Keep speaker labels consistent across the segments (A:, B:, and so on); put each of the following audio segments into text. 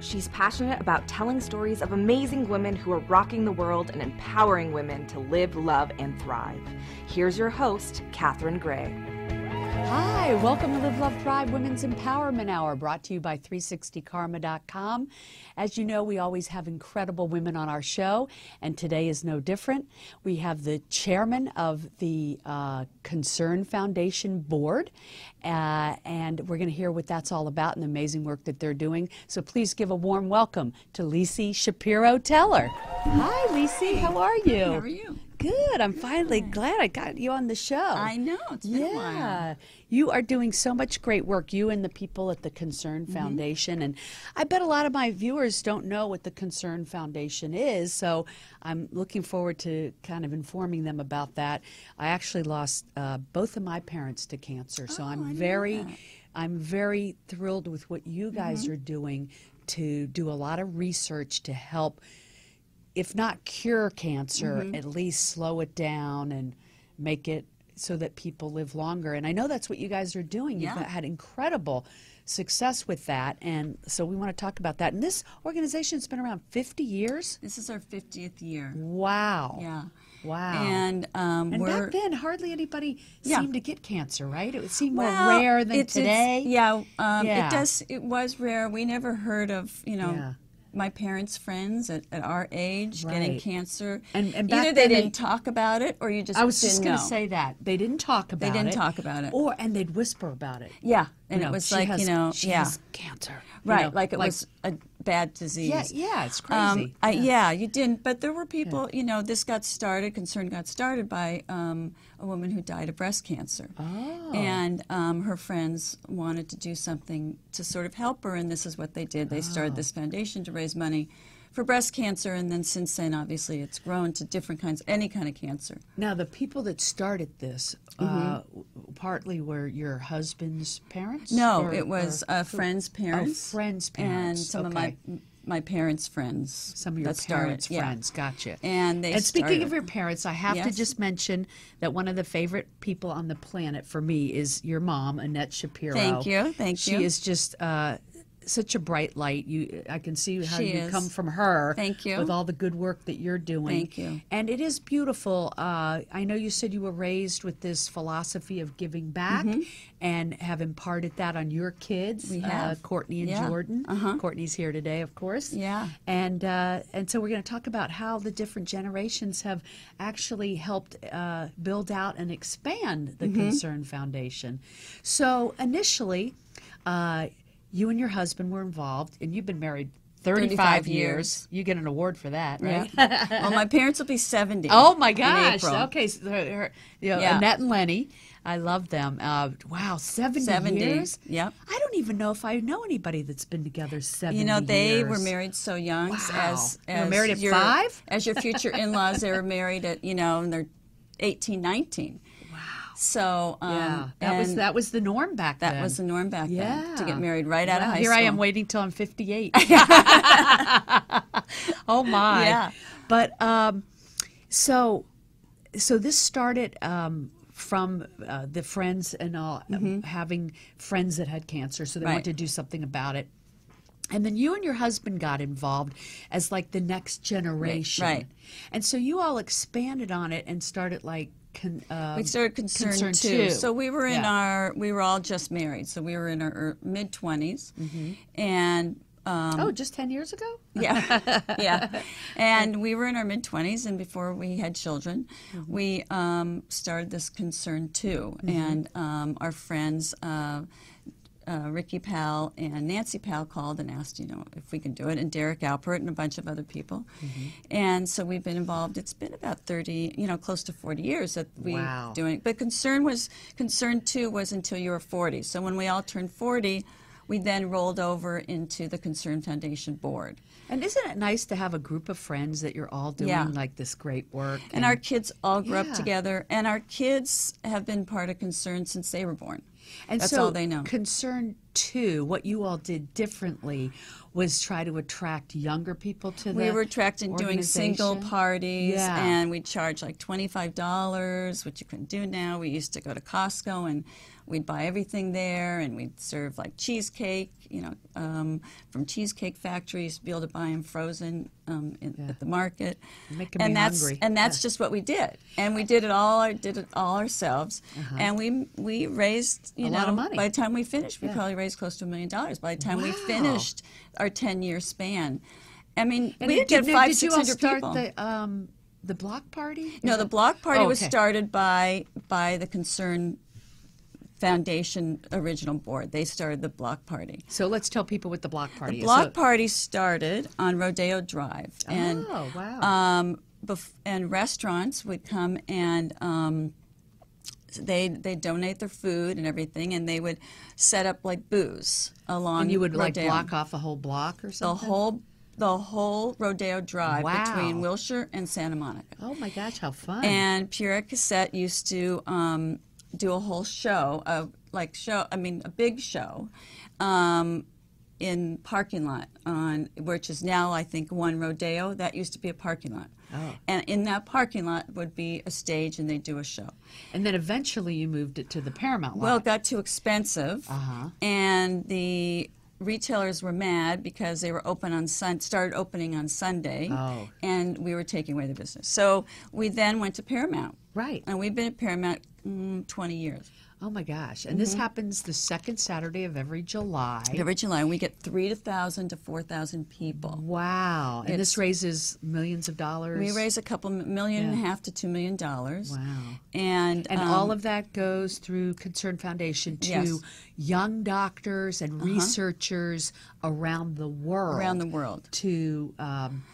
A: She's passionate about telling stories of amazing women who are rocking the world and empowering women to live, love, and thrive. Here's your host, Katherine Gray.
B: Hi, welcome to Live Love Thrive Women's Empowerment Hour, brought to you by 360karma.com. As you know, we always have incredible women on our show, and today is no different. We have the chairman of the uh, Concern Foundation Board, uh, and we're going to hear what that's all about and the amazing work that they're doing. So please give a warm welcome to Lisi Shapiro Teller. Hi, Lisi, how are you?
C: How are you?
B: Good. I'm finally glad I got you on the show.
C: I know. It's been
B: yeah.
C: a while.
B: You are doing so much great work, you and the people at the Concern
C: Mm-hmm.
B: Foundation. And I bet a lot of my viewers don't know what the Concern Foundation is. So I'm looking forward to kind of informing them about that. I actually lost uh, both of my parents to cancer.
C: Oh,
B: So I'm very. I'm very thrilled with what you guys
C: Mm-hmm.
B: are doing to do a lot of research to help if not cure cancer,
C: Mm-hmm.
B: at least slow it down and make it so that people live longer. And I know that's what you guys are doing. You've
C: Yeah.
B: had incredible success with that. And so we want to talk about that. And this organization's been around 50 years.
C: This is our 50th year.
B: Wow.
C: Yeah.
B: Wow.
C: And, um,
B: And
C: we're
B: back then, hardly anybody
C: Yeah.
B: seemed to get cancer, right? It would seem more
C: Well,
B: rare than
C: it's- it's-
B: today.
C: yeah, um,
B: Yeah.
C: It does. It was rare. We never heard of you know.
B: Yeah.
C: My parents' friends at, at our age getting
B: Right.
C: cancer.
B: And- and back
C: either they
B: then they-
C: didn't talk about it, or you just
B: I was just
C: didn't
B: going to
C: know.
B: say that they didn't talk about it.
C: didn't talk about it.
B: or and they'd whisper about it.
C: yeah, and
B: No,
C: it was
B: she
C: like
B: has-
C: you know,
B: she
C: yeah,
B: has cancer. you
C: right,
B: know,
C: like it was a bad disease.
B: Yeah, yeah, it's crazy.
C: Um, I, yeah, you didn't. But there were people, you know, this got started, concern got started by um, a woman who died of breast cancer. Oh. And um, her friends wanted to do something to sort of help her, and this is what they did. They started
B: Oh.
C: this foundation to raise money for breast cancer, and then since then, obviously, it's grown to different kinds, any kind of cancer.
B: Now, the people that started this
C: Mm-hmm.
B: uh, w- partly were your husband's parents.
C: No,
B: Or-
C: it was
B: or
C: a friend's parents.
B: Oh, friends'
C: And
B: parents,
C: some of
B: okay.
C: my my parents' friends.
B: some of your
C: that started,
B: parents'
C: yeah.
B: friends. Gotcha.
C: And they
B: and speaking of
C: started.
B: your parents, I have to
C: Yes.
B: just mention that one of the favorite people on the planet for me is your mom, Annette Shapiro.
C: Thank you, thank
B: She
C: you.
B: is just. Uh, such a bright light. You, I can see how
C: She
B: you
C: is.
B: come from her.
C: Thank you.
B: With all the good work that you're doing.
C: Thank you.
B: And it is beautiful. Uh, I know you said you were raised with this philosophy of giving back and have imparted that on your kids,
C: Mm-hmm. We
B: Uh,
C: have.
B: Courtney and
C: Yeah.
B: Jordan. Uh-huh. Courtney's here today, of course.
C: Yeah.
B: And uh, and so we're going to talk about how the different generations have actually helped uh, build out and expand the
C: Mm-hmm.
B: Concern Foundation. So initially, uh, you and your husband were involved, and you've been married. 35,
C: 35
B: years.
C: years.
B: You get an award for that, right?
C: Yeah. well, my parents will be 70.
B: Oh my
C: in
B: gosh!
C: April.
B: Okay, so her, her- you know,
C: Yeah.
B: Annette and Lenny, I love them. Uh, wow, seventy,
C: 70,
B: years.
C: yep.
B: I don't even know if I know anybody that's been together seventy.
C: You know, they
B: years.
C: were married so young. s-
B: Wow.
C: As,
B: They
C: as
B: were married at
C: your,
B: five?
C: As your future in laws, they were married at, you know, and they're 18, 19. Wow. So, um,
B: Yeah, that was
C: and
B: that was the norm back
C: That
B: then.
C: was the norm back then to
B: Yeah.
C: get married right out of
B: Wow,
C: high
B: here
C: school.
B: I am waiting till I'm 58. oh my!
C: Yeah.
B: But um, so so this started um, from uh, the friends and all um, having friends that had cancer, so they wanted
C: Mm-hmm. Right.
B: to do something about it. And then you and your husband got involved as like the next generation,
C: right.
B: And so you all expanded on it and started like. Con, uh,
C: We started concerned,
B: Concerned
C: too.
B: too.
C: So we were in
B: Yeah.
C: our, we were all just married. So we were in our mid 20s.
B: Mm-hmm.
C: And Um,
B: oh, just ten years ago.
C: yeah, yeah. And we were in our mid twenties, and before we had children, we um, started this concern too. And um, our friends, uh, uh, Ricky Powell and Nancy Powell, called and asked, you know, if we can do it, and Derek Alpert and a bunch of other people. And so we've been involved. It's been about thirty, you know, close to forty years that we
B: Wow.
C: doing. But concern was concern too was until you were forty. So when we all turned forty. We then rolled over into the Concern Foundation board.
B: And isn't it nice to have a group of friends that you're all doing
C: Yeah.
B: like this great work?
C: And our kids all grew
B: Yeah.
C: up together, and our kids have been part of Concern since they were born.
B: And
C: That's
B: so
C: all they know.
B: Concern two, what you all did differently was try to attract younger people to the
C: we were attracting doing single
B: organization.
C: parties
B: Yeah.
C: and we charged like $25 which you couldn't do now we used to go to costco and we'd buy everything there and we'd serve like cheesecake you know um, from cheesecake factories be able to buy them frozen um, in, at the market
B: Making me
C: and that's
B: hungry.
C: and that's just what we did and we did it all our- did it all ourselves and we we raised
B: Uh-huh.
C: you
B: A
C: know
B: lot of money.
C: by the time we finished we probably raised close to a million dollars by the time we finished our 10 year span I mean,
B: And
C: we
B: did
C: get
B: you-
C: five,
B: did you
C: six
B: all
C: hundred
B: start
C: people.
B: The, um, the block party?
C: no, the block party
B: Oh,
C: was
B: okay.
C: started by by the Concern Foundation original board. They started the block party.
B: So let's tell people what the block party is.
C: Block
B: So-
C: party started on Rodeo Drive, and
B: Oh, wow.
C: um,
B: Ah.
C: bef- and restaurants would come and. Um, they they donate their food and everything, and they would set up like booths along.
B: and you would like
C: Rodeo.
B: block off a whole block or
C: the
B: something?
C: whole the whole Rodeo Drive
B: Wow.
C: between Wilshire and Santa Monica.
B: Oh my gosh, how fun.
C: And Pura Cassette used to um, do a whole show of like show, I mean a big show, um, in parking lot on which is now I think one rodeo that used to be a parking lot.
B: Oh.
C: And in that parking lot would be a stage, and they do a show.
B: and then eventually you moved it to the Paramount lot.
C: Well, it got too expensive,
B: Uh-huh.
C: and the retailers were mad because they were open on sun started opening on Sunday,
B: Oh.
C: and we were taking away the business. So we then went to Paramount,
B: right.
C: and we've been at Paramount mm, 20 years.
B: Oh my gosh. And
C: mm-hmm.
B: this happens the second Saturday of every July.
C: Every July, we get three to thousand to four thousand people.
B: Wow. And this raises millions of dollars.
C: We raise a couple million and a half to two million dollars.
B: Wow.
C: And
B: and
C: um,
B: all of that goes through Concern Foundation to
C: Yes. Uh-huh.
B: young doctors and researchers around the world.
C: Around the world.
B: To um,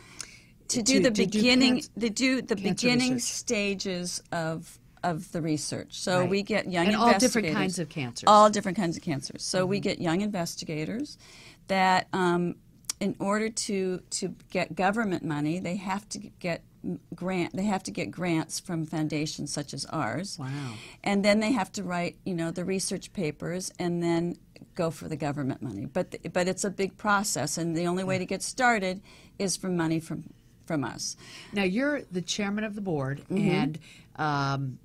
C: to do
B: to-
C: the
B: to do
C: beginning
B: canc-
C: to do the
B: cancer
C: beginning
B: research.
C: stages of of the research. So
B: Right.
C: we get young
B: And all different
C: investigators-
B: kinds of cancers.
C: All different kinds of cancers. So we get young investigators that um, in order to to get government money, they have to get m- grant they have to get grants from foundations such as ours.
B: Wow.
C: And then they have to write, you know, the research papers and then go for the government money. But th- but it's a big process and the only way to get started is from money from from us.
B: now you're the chairman of the board,
C: Mm-hmm.
B: and um,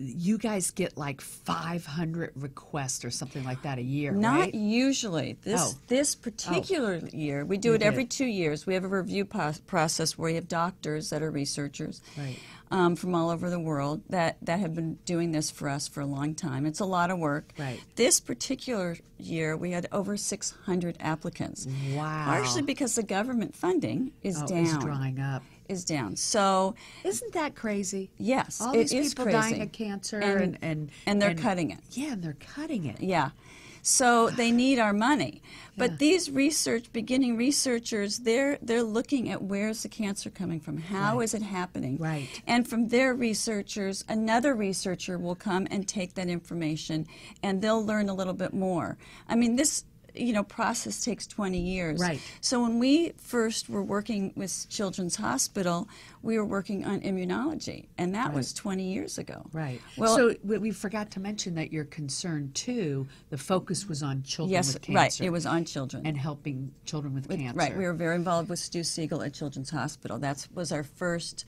B: you guys get like 500 requests or something like that a year,
C: Not
B: right?
C: usually. This
B: Oh.
C: this particular year, we do it every two years. We have a review pos- process where we have doctors that are researchers
B: Right.
C: um, from all over the world that that have been doing this for us for a long time. It's a lot of work.
B: Right.
C: This particular year, we had over 600 applicants.
B: Wow.
C: Partially because the government funding is
B: Oh,
C: down.
B: it's drying up.
C: Is down. So
B: Isn't that crazy?
C: yes,
B: All
C: it
B: these
C: is
B: people
C: crazy.
B: dying of cancer and
C: And-
B: and, and,
C: and they're cutting it.
B: Yeah, and they're cutting it.
C: Yeah. So they need our money. But these research beginning researchers, they're they're looking at where's the cancer coming from? How is it happening?
B: Right.
C: And from their researchers, another researcher will come and take that information and they'll learn a little bit more. I mean this you know process takes 20 years
B: Right.
C: so when we first were working with children's hospital we were working on immunology and that was 20 years ago
B: Right.
C: well
B: so we, we forgot to mention that your concern too. The focus was on children
C: yes
B: with
C: right
B: cancer.
C: it was on children
B: and helping children with, cancer.
C: Right, we were very involved with Stu Siegel at Children's Hospital. That was our first,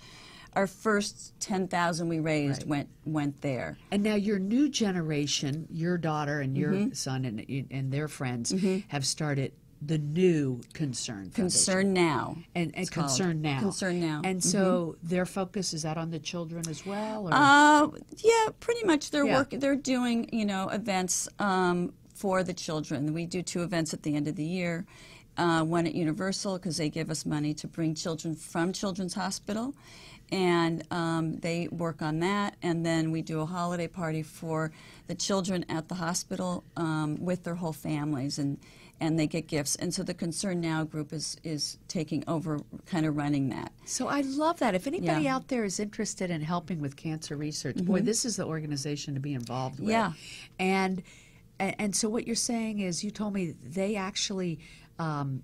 C: our first ten thousand we raised went went there.
B: And now your new generation, your daughter and your
C: Mm-hmm.
B: son and and their friends have started the new concern. Foundation.
C: Concern now.
B: and, and
C: it's called.
B: concern now.
C: Concern now. Mm-hmm.
B: And so their focus is that on the children as well, or
C: Uh, yeah, pretty much. They're
B: Yeah.
C: work. They're doing you know events um, for the children. We do two events at the end of the year. Uh, one at Universal because they give us money to bring children from Children's Hospital, and um, they work on that. And then we do a holiday party for the children at the hospital um, with their whole families, and and they get gifts. And so the Concern Now group is is taking over, kind of running that.
B: So I love that. If anybody
C: Yeah. Mm-hmm.
B: out there is interested in helping with cancer research, boy, this is the organization to be involved with.
C: Yeah.
B: And a- and so what you're saying is, you told me they actually um,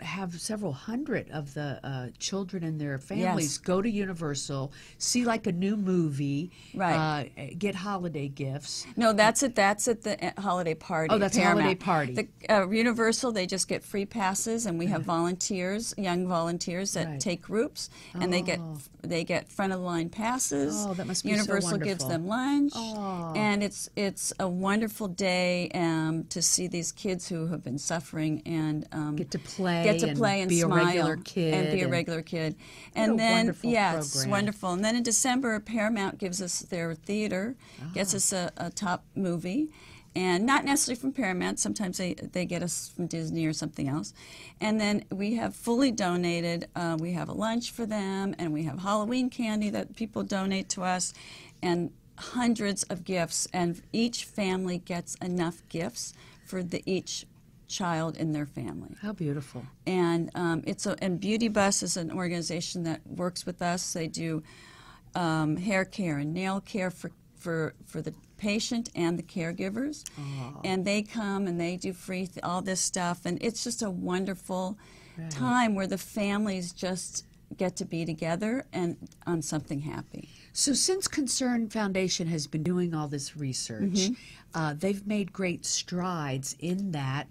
B: have several hundred of the uh, children and their families
C: Yes.
B: go to Universal, see like a new movie,
C: Right.
B: uh, get holiday gifts.
C: No, that's at that's at the uh, holiday party.
B: Oh, that's a
C: Paramount.
B: holiday party.
C: The uh, Universal, they just get free passes, and we have volunteers, young volunteers that
B: Uh-huh. Right.
C: take groups, and they get they get front of the line passes.
B: Oh, that must be so
C: Universal gives
B: wonderful. Oh.
C: them lunch, and it's it's a wonderful day um, to see these kids who have been suffering and um,
B: Get to play
C: get to
B: and
C: play and
B: be a
C: smile
B: regular
C: and be
B: kid
C: a
B: and-
C: regular kid, and
B: a
C: then
B: wonderful
C: yeah, it's
B: program.
C: wonderful wonderful. And then in December, Paramount gives us their theater, gets us a, a top movie, and not necessarily from Paramount. Sometimes they, they get us from Disney or something else. And then we have fully donated. Uh, we have a lunch for them, and we have Halloween candy that people donate to us, and hundreds of gifts. And each family gets enough gifts for the each child in their family
B: How beautiful.
C: and um, it's a, and Beauty Bus is an organization that works with us. They do um, hair care and nail care for for for the patient and the caregivers, and they come and they do free th- all this stuff, and it's just a wonderful time where the families just get to be together and on something happy.
B: So, since Concern Foundation has been doing all this research,
C: Mm-hmm.
B: uh, they've made great strides in that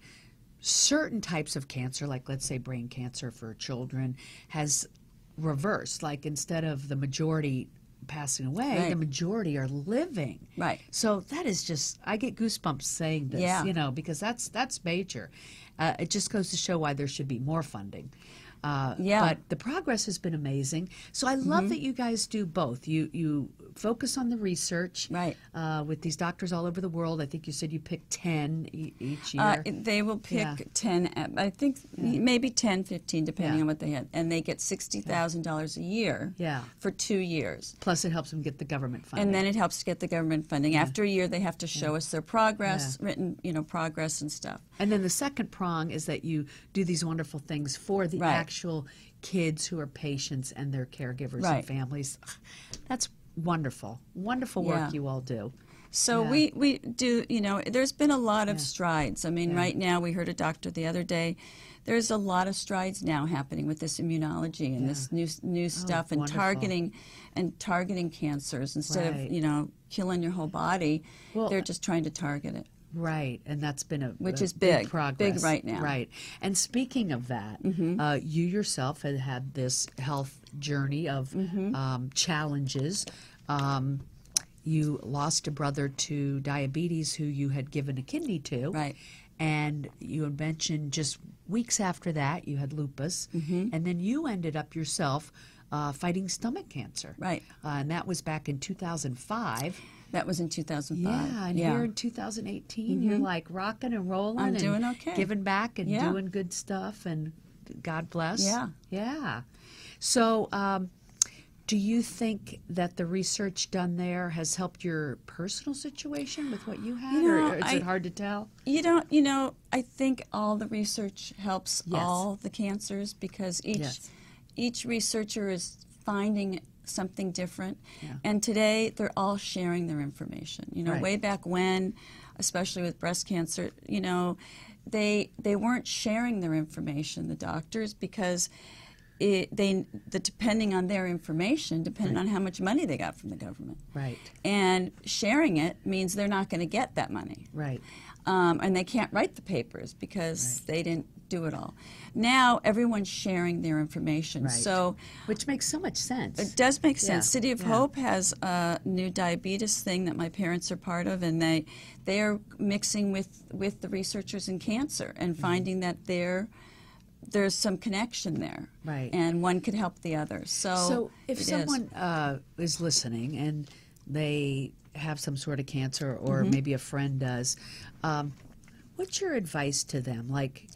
B: certain types of cancer, like let's say brain cancer for children, has reversed. Like instead of the majority passing away, the
C: Right.
B: majority are living.
C: Right.
B: So that is just I get goosebumps saying this,
C: Yeah.
B: you know, because that's that's major. Uh, it just goes to show why there should be more funding. Uh,
C: Yeah. Mm-hmm.
B: But the progress has been amazing. So I love that you guys do both. You you focus on the research,
C: Right.
B: Uh, with these doctors all over the world. I think you said you picked ten e- each year.
C: Uh, they will pick
B: Yeah.
C: 10, uh, I think maybe 10, 15, depending
B: Yeah.
C: on what they had. And they get $60,000 a year
B: Yeah.
C: for two years.
B: Plus, it helps them get the government funding.
C: And then it helps to get the government funding. After a year, they have to show us their progress, written, you know, progress and stuff.
B: And then the second prong is that you do these wonderful things for the
C: Right.
B: actual kids who are patients and their caregivers and
C: Right.
B: families. That's wonderful. Wonderful work
C: Yeah.
B: you all do.
C: So
B: Yeah.
C: we, we do, you know, there's been a lot of strides. I mean, right now, we heard a doctor the other day. There's a lot of strides now happening with this immunology and this new new stuff and
B: Oh, wonderful.
C: targeting and targeting cancers instead
B: Right.
C: of you know killing your whole body.
B: Well, uh
C: they're just trying to target it.
B: Right, and that's been a
C: Which
B: a
C: is big, big
B: progress
C: right now. Mm-hmm.
B: Right, and speaking of that, uh, you yourself had had this health journey of
C: Mm-hmm.
B: um, challenges. Um, you lost a brother to diabetes, who you had given a kidney to,
C: Right.
B: And you had mentioned just weeks after that you had lupus,
C: Mm-hmm.
B: and then you ended up yourself uh, fighting stomach cancer,
C: Right.
B: Uh, and that was back in 2005.
C: That was in 2005.
B: Yeah, and here in 2018, you're like rocking and rolling.
C: Mm-hmm. I'm
B: and
C: doing okay.
B: Giving back and
C: Yeah.
B: doing good stuff, and God bless.
C: Yeah.
B: Yeah. So, um, do you think that the research done there has helped your personal situation with what you had,
C: You know,
B: or is
C: I-
B: it hard to tell?
C: You don't, you know, I think all the research helps
B: Yes.
C: all the cancers because each
B: Yes.
C: each researcher is finding something different. And today they're all sharing their information. You know,
B: Right.
C: way back when, especially with breast cancer, you know, they they weren't sharing their information, the doctors, because it, they the depending on their information, depending on how much money they got from the government.
B: Right.
C: And sharing it means they're not going to get that money
B: Right.
C: um, and they can't write the papers because they didn't do it all. Now everyone's sharing their information,
B: Right.
C: so
B: Which makes so much sense.
C: it does make sense.
B: Yeah,
C: City of
B: yeah.
C: Hope has a new diabetes thing that my parents are part of, and they they are mixing with with the researchers in cancer and
B: Mm-hmm.
C: finding that there there's some connection there,
B: Right.
C: And one could help the other. So
B: So, if
C: Oh, it is.
B: someone Uh, is listening and they have some sort of cancer, or
C: Mm-hmm.
B: maybe a friend does, um, what's your advice to them? Like,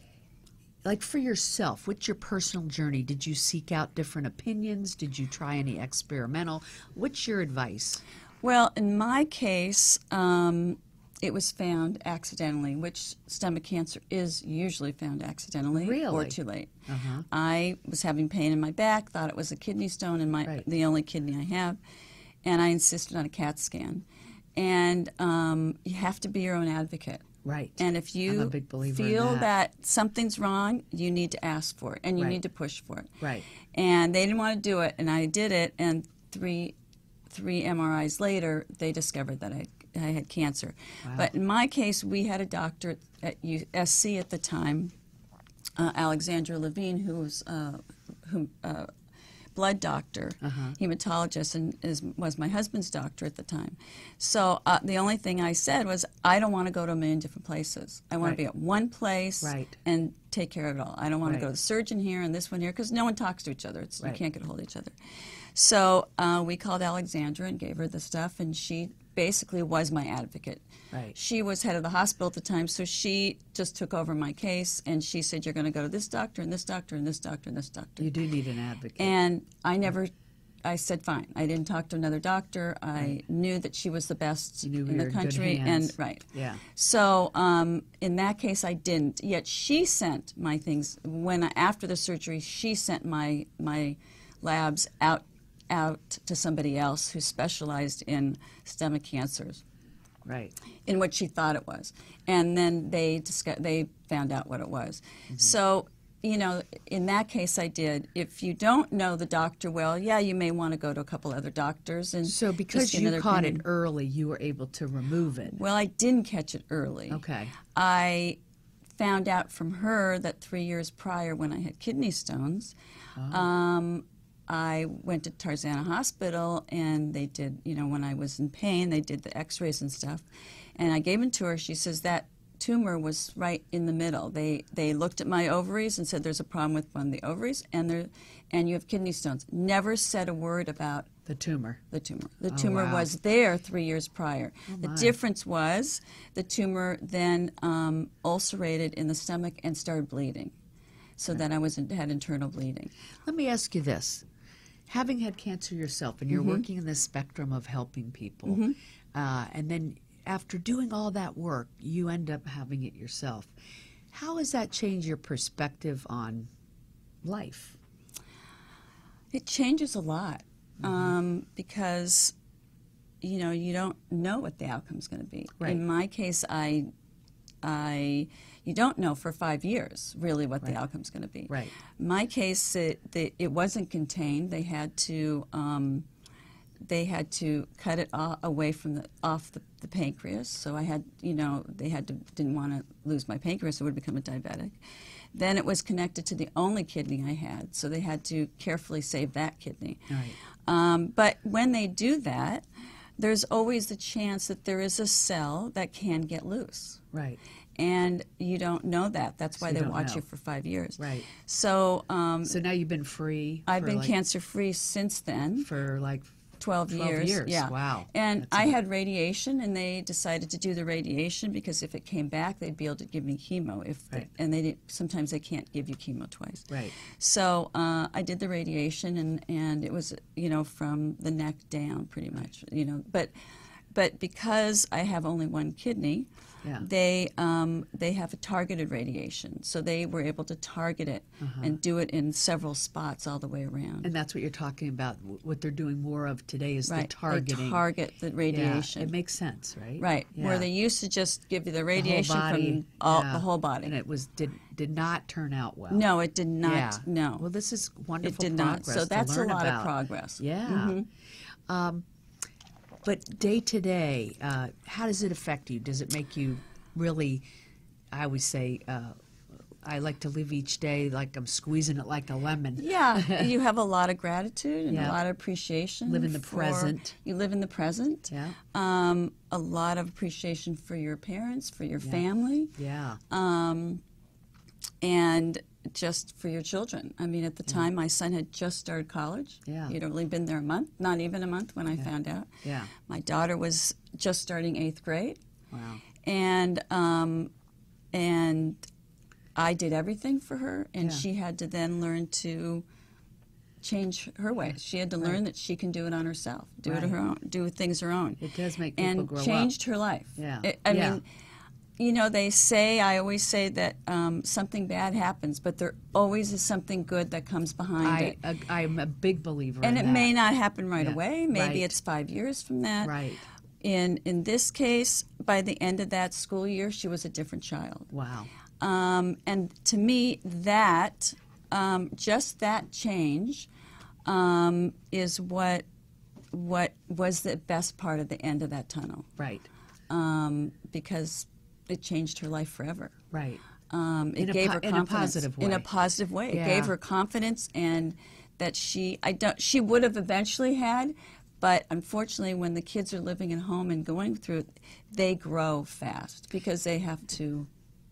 B: like for yourself, what's your personal journey? Did you seek out different opinions? Did you try any experimental? What's your advice?
C: Well, in my case, um, it was found accidentally, which stomach cancer is usually found accidentally or
B: Really? Uh-huh.
C: too late. I was having pain in my back, thought it was a kidney stone in my
B: Right.
C: the only kidney I have, and I insisted on a CAT scan. And um, you have to be your own advocate.
B: Right.
C: And if you
B: a big believer in
C: feel
B: that.
C: something's wrong, you need to ask for it and you
B: Right.
C: need to push for it.
B: Right.
C: And they didn't want to do it, and I did it, and three three MRIs later, they discovered that I, I had cancer. But in my case, we had a doctor at U- SC at the time, uh, Alexandra Levine, who was uh, who, uh, blood doctor,
B: Uh-huh.
C: hematologist, and is, was my husband's doctor at the time. So uh, the only thing I said was, I don't want to go to a million different places. I want
B: Right.
C: to be at one place
B: Right.
C: and take care of it all. I don't want to go
B: Right.
C: to the surgeon here and this one here because no one talks to each other. It's,
B: Right.
C: You can't get a hold of each other. So uh, we called Alexandra and gave her the stuff, and she basically was my advocate.
B: Right.
C: She was head of the hospital at the time, so she just took over my case, and she said, "You're going to go to this doctor and this doctor and this doctor and this doctor."
B: You do need an advocate.
C: And I never, I said fine. I didn't talk to another doctor. I knew that she was the best
B: You knew we
C: in
B: were
C: the
B: in good
C: country, and
B: hands.
C: right.
B: Yeah.
C: So um, in that case, I didn't. Yet she sent my things when I, after the surgery, she sent my my labs out out to somebody else who specialized in stomach cancers
B: right.
C: in what she thought it was, and then they disco- they found out what it was. So you know, in that case, I did. If you don't know the doctor well, yeah, you may want to go to a couple other doctors and
B: So
C: just
B: because
C: get
B: you
C: another
B: caught it
C: opinion.
B: early, you were able to remove it.
C: Well, I didn't catch it early.
B: Okay.
C: I found out from her that three years prior, when I had kidney stones, um, I went to Tarzana Hospital and they did, you know, when I was in pain, they did the x rays and stuff. And I gave them to her. She says that tumor was right in the middle. They, they looked at my ovaries and said there's a problem with one of the ovaries and, there, and you have kidney stones. Never said a word about
B: The tumor.
C: the tumor. The tumor
B: Oh, wow. Oh,
C: was there three years prior. the difference was the tumor then um, ulcerated in the stomach and started bleeding. So then I was had internal bleeding.
B: Let me ask you this. Having had cancer yourself and you're
C: Mm-hmm.
B: working in this spectrum of helping people, uh, and then after doing all that work, you end up having it yourself. How has that changed your perspective on life?
C: It changes a lot
B: Mm-hmm.
C: um, because you know you don't know what the outcome's going to be.
B: Right.
C: In my case, I, I, you don't know for five years really what the outcome's going to be.
B: Right.
C: My case, it the, it wasn't contained. They had to. Um, they had to cut it a- away from the off the, the pancreas. So I had, you know, they had to didn't want to lose my pancreas. I would become a diabetic. Then it was connected to the only kidney I had, so they had to carefully save that kidney.
B: Right.
C: Um, but when they do that, there's always the chance that there is a cell that can get loose
B: Right.
C: and you don't know that. That's why
B: you
C: they
B: don't
C: watch
B: know.
C: you for five years.
B: Right.
C: So um,
B: So now you've been free.
C: I've
B: for
C: been
B: like,
C: cancer free since then.
B: for like
C: 12,
B: 12
C: years.
B: years.
C: Yeah.
B: Wow.
C: And I had radiation, and they decided to do the radiation because if it came back, they'd be able to give me chemo. If
B: Right.
C: they, and they didn't, sometimes they can't give you chemo twice.
B: Right.
C: So uh, I did the radiation, and and it was you know from the neck down pretty much. You know, but but because I have only one kidney.
B: Yeah.
C: They um, they have a targeted radiation, so they were able to target it and do it in several spots all the way around.
B: Uh-huh. And that's what you're talking about. W- What they're doing more of today is the
C: Right.
B: targeting.
C: They target the radiation.
B: Yeah, it makes sense, right?
C: right. Where
B: Yeah.
C: they used to just give you
B: The
C: the
B: whole
C: radiation
B: body,
C: from all,
B: yeah.
C: the whole body.
B: and it was did did not turn out well.
C: no, it did not.
B: yeah,
C: No.
B: Well, this is wonderful.
C: did not. So
B: progress to
C: that's a
B: learn
C: lot of
B: about.
C: progress. Mm-hmm.
B: Yeah. Um, but day to day, uh, how does it affect you? Does it make you really? I always say. Uh, I like to live each day like I'm squeezing it like a lemon.
C: yeah, you have a lot of gratitude and
B: Yeah.
C: a lot of appreciation.
B: Live in the
C: for-
B: present.
C: You live in the present.
B: Yeah.
C: Um, a lot of appreciation for your parents, for your family.
B: Yeah.
C: Um, and just for your children. I mean, at the time, my son had just started college.
B: Yeah.
C: He'd only been there a month, not even a month when I found out.
B: Yeah.
C: My daughter was just starting eighth grade.
B: Wow.
C: And, um, and I did everything for her, and she had to then learn to change her way. She had to learn that she can do it on herself, do it her own, do things her own.
B: It does make people
C: and
B: grow up.
C: changed her life.
B: Yeah.
C: I- I
B: Yeah.
C: mean, you know, they say, I always say that um, something bad happens, but there always is something good that comes behind
B: I
C: it.
B: I I'm a big believer.
C: And
B: in
C: it
B: that.
C: may not happen right
B: Yeah.
C: away. Maybe
B: Right.
C: it's five years from that.
B: Right.
C: In in this case, by the end of that school year, she was a different child.
B: Wow.
C: Um, and to me, that um, just that change um, is what what was the best part of the end of that tunnel
B: Right.
C: um, because it changed her life forever.
B: Right.
C: Um, it
B: In a
C: gave
B: po-
C: her
B: in a
C: confidence
B: positive
C: In
B: way.
C: a positive way, it
B: Yeah.
C: gave her confidence, and that she I don't she would have eventually had, but unfortunately, when the kids are living at home and going through, it, they grow fast because they have to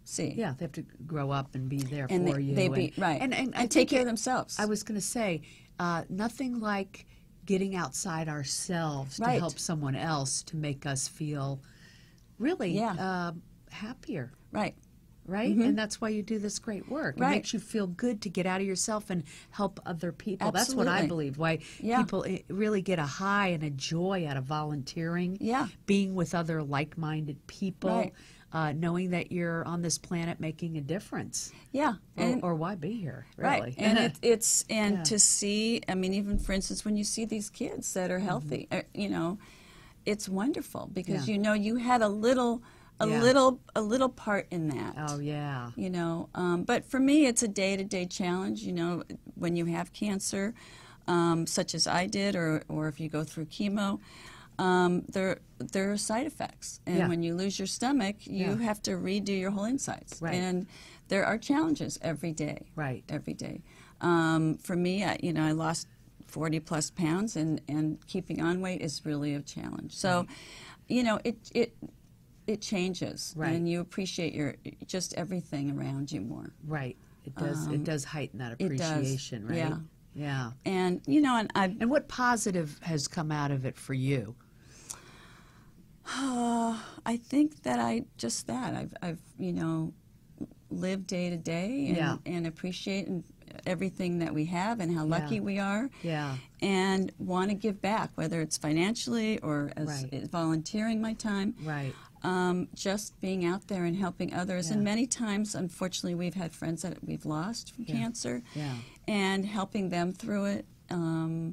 C: see.
B: Yeah, they have to grow up and be there
C: and
B: for
C: they,
B: you.
C: they
B: and,
C: be right
B: And, and, I
C: take
B: think
C: care
B: it-
C: of themselves.
B: I was going to say, uh, nothing like getting outside ourselves to
C: Right.
B: help someone else to make us feel really
C: Yeah.
B: uh, happier.
C: right,
B: Right, and that's why you do this great work. It
C: Mm-hmm. Right.
B: makes you feel good to get out of yourself and help other people. That's what I
C: Absolutely.
B: believe. Why
C: Yeah.
B: people eh, really get a high and a joy out of volunteering.
C: Yeah.
B: being with other like-minded people,
C: Right.
B: uh, knowing that you're on this planet making a difference.
C: yeah,
B: Or-
C: and-
B: or, why be here really
C: Right, and it, it's and to see. I mean, even for instance, when you see these kids that are healthy, uh, you know, it's wonderful because
B: Mm-hmm. Yeah.
C: you know you had a little, a
B: Yeah.
C: little, a little part in that.
B: oh yeah
C: You know, um, but for me, it's a day-to-day challenge. You know, when you have cancer, um, such as I did, or or if you go through chemo, um, there there are side effects, and
B: Yeah.
C: when you lose your stomach, you
B: Yeah.
C: have to redo your whole insides,
B: Right.
C: and there are challenges every day
B: Right.
C: every day. Um, for me, I, you know, I lost 40 plus pounds, and, and keeping on weight is really a challenge. So, you know, it it it changes,
B: Right.
C: and you appreciate your just everything around you more.
B: right it does it does heighten that
C: Um, it does,
B: appreciation right
C: yeah.
B: yeah
C: And you know, and I
B: and what positive has come out of it for you
C: I think that I just that I've I've you know lived day to day and,
B: Yeah.
C: and appreciate and everything that we have and how lucky we are.
B: Yeah.
C: And want to give back, whether it's financially or as
B: Right.
C: volunteering my time.
B: right
C: um, just being out there and helping others. And
B: Yeah.
C: many times, unfortunately, we've had friends that we've lost from cancer,
B: Yeah.
C: and helping them through it um,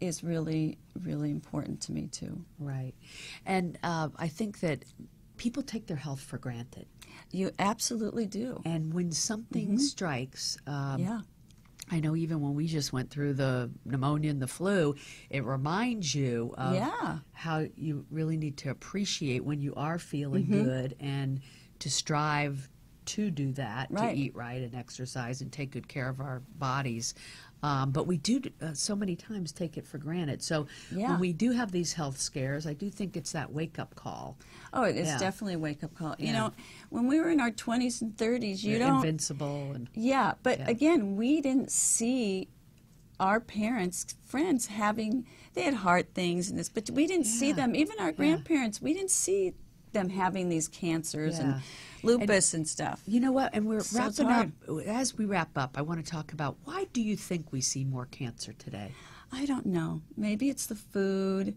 C: is really, really important to me too.
B: right and uh, i think that people take their health for granted
C: You absolutely do.
B: and when something
C: Mm-hmm.
B: strikes um,
C: yeah,
B: I know even when we just went through the pneumonia and the flu, it reminds you of
C: Yeah.
B: how you really need to appreciate when you are feeling
C: Mm-hmm.
B: good and to strive to do that,
C: Right.
B: to eat right and exercise and take good care of our bodies. Um, but we do uh, so many times take it for granted. So when
C: Yeah.
B: we do have these health scares, I do think it's that wake up call.
C: Oh, it is
B: Yeah.
C: definitely a wake up call. You
B: Yeah.
C: know, when we were in our 20s and 30s, you
B: You're
C: don't.
B: invincible and
C: Yeah, but again, we didn't see our parents, friends having, they had heart things and this, but we didn't see
B: Yeah.
C: them, even our grandparents, we didn't see them having these cancers
B: Yeah.
C: and lupus and, stuff.
B: You know what? And we're
C: So it's
B: wrapping up. As we wrap up, I want to talk about why do you think we see more cancer today?
C: I don't know. Maybe it's the food.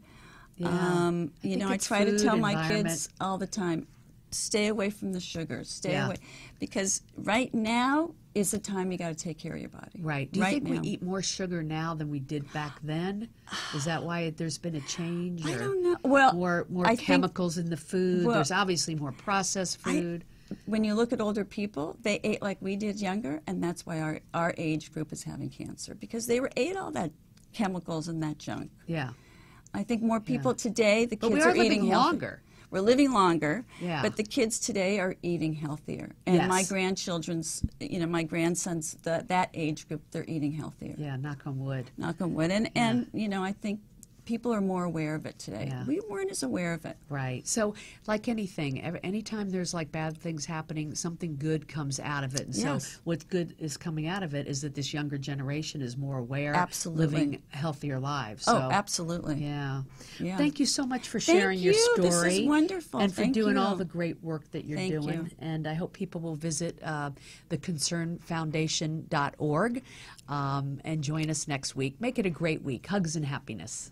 B: Yeah.
C: Um,
B: I
C: you know,
B: think
C: I
B: it's
C: try to
B: food,
C: tell my
B: environment.
C: kids all the time stay away from the sugars, stay
B: Yeah.
C: away. Because right now is the time you got to take care of your body.
B: Right. Do you
C: right
B: think
C: now.
B: we eat more sugar now than we did back then? Is that why it, there's been a change?
C: I
B: or
C: don't know. Well,
B: more more
C: I think-
B: chemicals in the food.
C: Well,
B: there's obviously more processed food.
C: when you look at older people, they ate like we did younger, and that's why our, our age group is having cancer because they were ate all that chemicals and that junk.
B: yeah.
C: I think more people today, the
B: But we
C: kids
B: are
C: are, eating
B: living
C: healthy.
B: longer.
C: We're living longer,
B: Yeah.
C: but the kids today are eating healthier. And my
B: Yes.
C: grandchildren's, you know, my grandsons, the, that age group, they're eating healthier.
B: Yeah. Knock on wood.
C: Knock on wood. And, and, you know, I think people are more aware of it today.
B: Yeah.
C: We weren't as aware of it.
B: Right. So, like anything, ev- anytime there's like bad things happening, something good comes out of it. And so,
C: Yes.
B: what's good is coming out of it is that this younger generation is more aware,
C: Absolutely.
B: living healthier lives.
C: Oh,
B: so,
C: absolutely.
B: Yeah.
C: Yeah.
B: Thank you so much for
C: Thank
B: sharing your
C: you.
B: story.
C: This is wonderful.
B: And for
C: Thank
B: doing all
C: you.
B: the great work that you're
C: Thank
B: doing.
C: you.
B: And I hope people will visit uh, theconcernfoundation.org um, and join us next week. Make it a great week. Hugs and happiness.